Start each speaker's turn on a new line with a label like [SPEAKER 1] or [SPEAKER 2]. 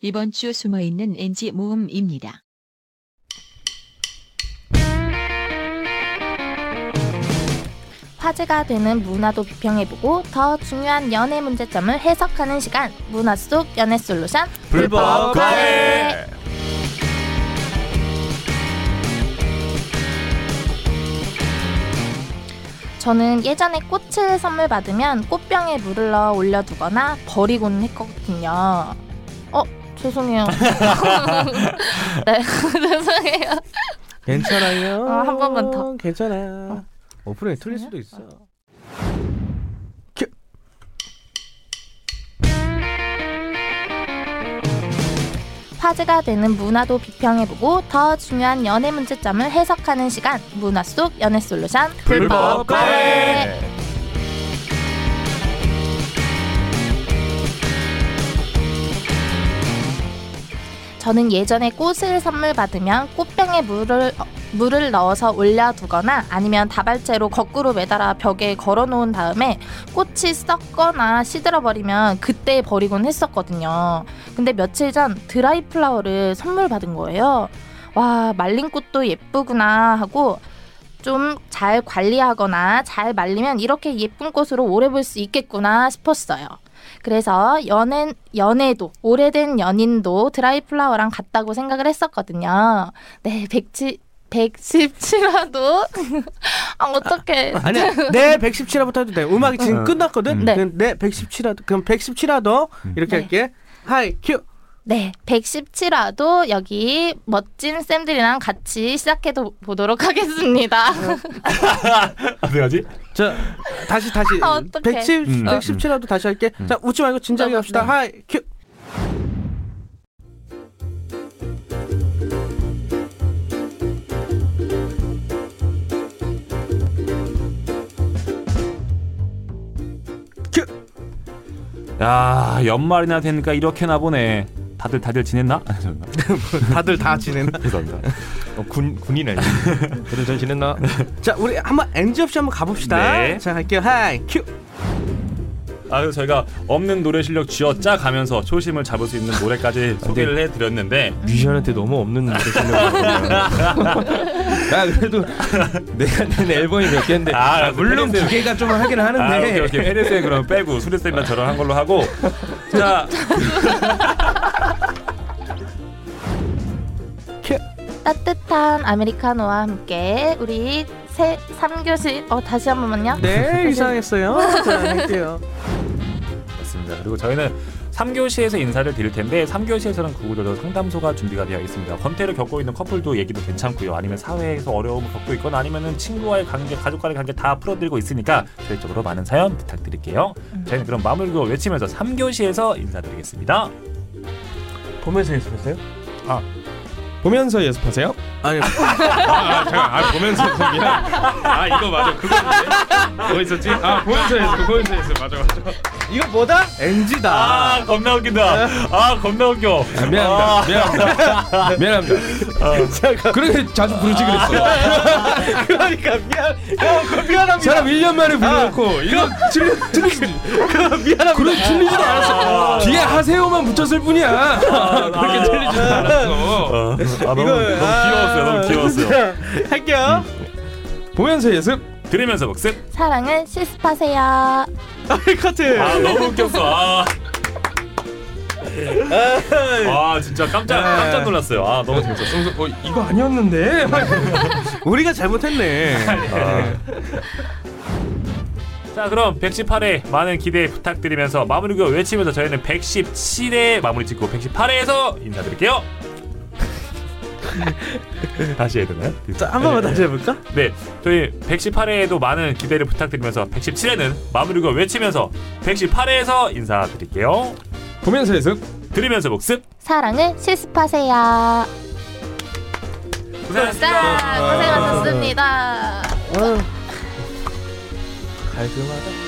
[SPEAKER 1] 이번 주 숨어있는 NG 모음입니다.
[SPEAKER 2] 화제가 되는 문화도 비평해보고 더 중요한 연애 문제점을 해석하는 시간 문화 속 연애 솔루션
[SPEAKER 3] 불법 과외.
[SPEAKER 2] 저는 예전에 꽃을 선물 받으면 꽃병에 물을 넣어 올려두거나 버리고는 했거든요. 어 죄송해요. 네 죄송해요.
[SPEAKER 3] 괜찮아요.
[SPEAKER 2] 어, 한 번만 더.
[SPEAKER 3] 괜찮아. 오프닝 틀릴 수도 있어. 큐.
[SPEAKER 2] 화제가 되는 문화도 비평해보고 더 중요한 연애 문제점을 해석하는 시간 문화 속 연애 솔루션
[SPEAKER 3] 불법 과외.
[SPEAKER 2] 저는 예전에 꽃을 선물 받으면 꽃병에 물을 어, 물을 넣어서 올려두거나 아니면 다발째로 거꾸로 매달아 벽에 걸어놓은 다음에 꽃이 썩거나 시들어버리면 그때 버리곤 했었거든요. 근데 며칠 전 드라이 플라워를 선물 받은 거예요. 와 말린 꽃도 예쁘구나 하고 좀 잘 관리하거나 잘 말리면 이렇게 예쁜 꽃으로 오래 볼 수 있겠구나 싶었어요. 그래서 연애, 연애도 오래된 연인도 드라이 플라워랑 같다고 생각을 했었거든요. 네, 107, 117화도 아, 어떻게
[SPEAKER 3] 아니야. 네, 117화부터 해도 돼. 음악이 지금
[SPEAKER 4] 어.
[SPEAKER 3] 끝났거든.
[SPEAKER 2] 네.
[SPEAKER 3] 그럼 네, 117화. 그럼 117화도 이렇게
[SPEAKER 2] 네.
[SPEAKER 3] 할게. 하이 큐.
[SPEAKER 2] 네, 117화도 여기 멋진 쌤들이랑 같이 시작해 보도록 하겠습니다.
[SPEAKER 4] 어디 가지?
[SPEAKER 3] 자, 다시 다시.
[SPEAKER 2] 아, 어떡해.
[SPEAKER 3] 117,
[SPEAKER 4] 음.
[SPEAKER 3] 117화도 다시 할게.
[SPEAKER 4] 음.
[SPEAKER 3] 자, 웃지 말고 진지하게
[SPEAKER 2] 네,
[SPEAKER 3] 합시다.
[SPEAKER 2] 네.
[SPEAKER 3] 하이 큐.
[SPEAKER 4] 야 연말이나 되니까 이렇게나 보네. 다들 다들 지냈나? 아, 죄송합니다.
[SPEAKER 3] 다들 다 지내나?
[SPEAKER 4] 죄송합니다.
[SPEAKER 5] 어, 군 군인 아니? 그래도 잘 지냈나?
[SPEAKER 3] 자, 우리 한번 NG 없이 한번 가봅시다.
[SPEAKER 4] 네.
[SPEAKER 3] 자, 할게요. 하이 큐.
[SPEAKER 4] 아 그래서 저희가 없는 노래 실력 쥐어짜 가면서 초심을 잡을 수 있는 노래까지 소개를 해드렸는데
[SPEAKER 5] 뮤지션한테 너무 없는 노래 실력이야. 그래도 내가 낸 앨범이 몇 개인데.
[SPEAKER 4] 아,
[SPEAKER 5] 아, 물론
[SPEAKER 4] 그래서-
[SPEAKER 5] 두 개가 좀 하긴 하는데.
[SPEAKER 4] 아 오케이 오케이 페레스에 그럼 빼고 수리쌤이랑 저랑 한 걸로 하고 자
[SPEAKER 2] 따뜻한 아메리카노와 함께 우리 세, 3교시 어 다시 한 번만요.
[SPEAKER 3] 네, 이상했어요. 자, 할게요.
[SPEAKER 4] 맞습니다. 그리고 저희는 3교시에서 인사를 드릴 텐데 3교시에서는 그 구구절절 상담소가 준비가 되어 있습니다. 권태를 겪고 있는 커플도 얘기도 괜찮고요. 아니면 사회에서 어려움을 겪고 있거나 아니면은 친구와의 관계, 가족과의 관계 다 풀어드리고 있으니까 저희 쪽으로 많은 사연 부탁드릴게요. 저희는 그럼 마음을 그 외치면서 3교시에서 인사드리겠습니다.
[SPEAKER 3] 보면서 연습하세요?
[SPEAKER 5] 보면서 예습하세요.
[SPEAKER 3] 아니,
[SPEAKER 5] 아, 잠깐, 아 보면서 예습이야. 아 이거 맞아. 그거 뭐 있었지? 아 보면서 예습, 보면서 예습 맞아 맞아.
[SPEAKER 3] 이거 뭐다? NG다.
[SPEAKER 4] 아 겁나 웃긴다. 아 겁나 웃겨.
[SPEAKER 5] 아, 미안합니다. 미안합니다.
[SPEAKER 3] 아.
[SPEAKER 5] 미안합니다. 그렇게 자주 부르지 그랬어.
[SPEAKER 3] 그러니까 미안. 어, 그거 미안합니다. 아,
[SPEAKER 5] 사람 1년 만에 불러놓고 이거 틀리, 틀리지.
[SPEAKER 3] 그거 미안합니다. 아.
[SPEAKER 5] 그래 틀리지도 않았어. 뒤에 하세요만 붙였을 뿐이야. 그렇게 틀리지도 않았어.
[SPEAKER 4] 아, 너무, 너무
[SPEAKER 3] 이거- 아,
[SPEAKER 4] 귀여웠어요. 너무 귀여웠어요.
[SPEAKER 3] 진짜. 할게요.
[SPEAKER 5] 보면서 예습.
[SPEAKER 4] 들으면서 복습.
[SPEAKER 2] 사랑은 실습하세요.
[SPEAKER 3] 아이 커트.
[SPEAKER 4] 아 너무 웃겼어. 아. 아 진짜 깜짝 깜짝 놀랐어요. 아 너무 재밌었어.
[SPEAKER 5] 보면서, 어, 이거 아니었는데.
[SPEAKER 3] 우리가 잘못했네.
[SPEAKER 4] 자 그럼 118회 많은 기대 부탁드리면서 마무리 교 외치면서 저희는 117회 마무리 찍고 118회에서 인사드릴게요. 다시 해야 되나요?
[SPEAKER 3] 자, 한 번만 다시 해볼까?
[SPEAKER 4] 네, 저희 118회에도 많은 기대를 부탁드리면서 117회는 마무리 교 외치면서 118회에서 인사드릴게요.
[SPEAKER 5] 보면서 예습.
[SPEAKER 4] 들으면서 복습.
[SPEAKER 2] 사랑을 실습하세요.
[SPEAKER 4] 고생하셨습니다.
[SPEAKER 2] 자, 고생하셨습니다.
[SPEAKER 3] 갈끔하다.